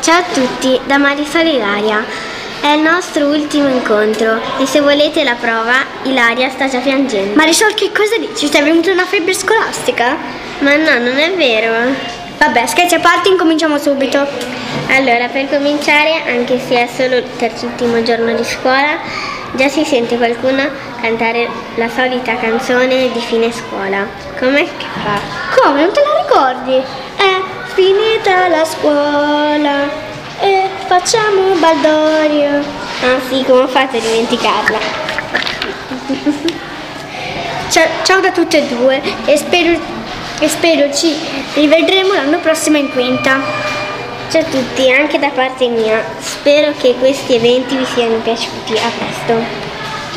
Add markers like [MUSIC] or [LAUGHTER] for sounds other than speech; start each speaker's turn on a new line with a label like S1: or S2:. S1: Ciao a tutti, da Marisa Ilaria. È il nostro ultimo incontro e se volete la prova, Ilaria sta già piangendo.
S2: Marisol, che cosa dici? Ti è venuta una febbre scolastica?
S1: Ma no, non è vero.
S2: Vabbè, scherzi a parte, incominciamo subito.
S1: Allora, per cominciare, anche se è solo il terzultimo giorno di scuola, già si sente qualcuno cantare la solita canzone di fine scuola. Com'è che fa?
S2: Come? Non te la ricordi? È finita la scuola e facciamo un baldorio.
S1: Anzi, come ho fatto a dimenticarla?
S2: [LAUGHS] Ciao, ciao da tutte e due e spero, e spero ci rivedremo l'anno prossimo in quinta.
S1: Ciao a tutti, anche da parte mia. Spero che questi eventi vi siano piaciuti. A presto.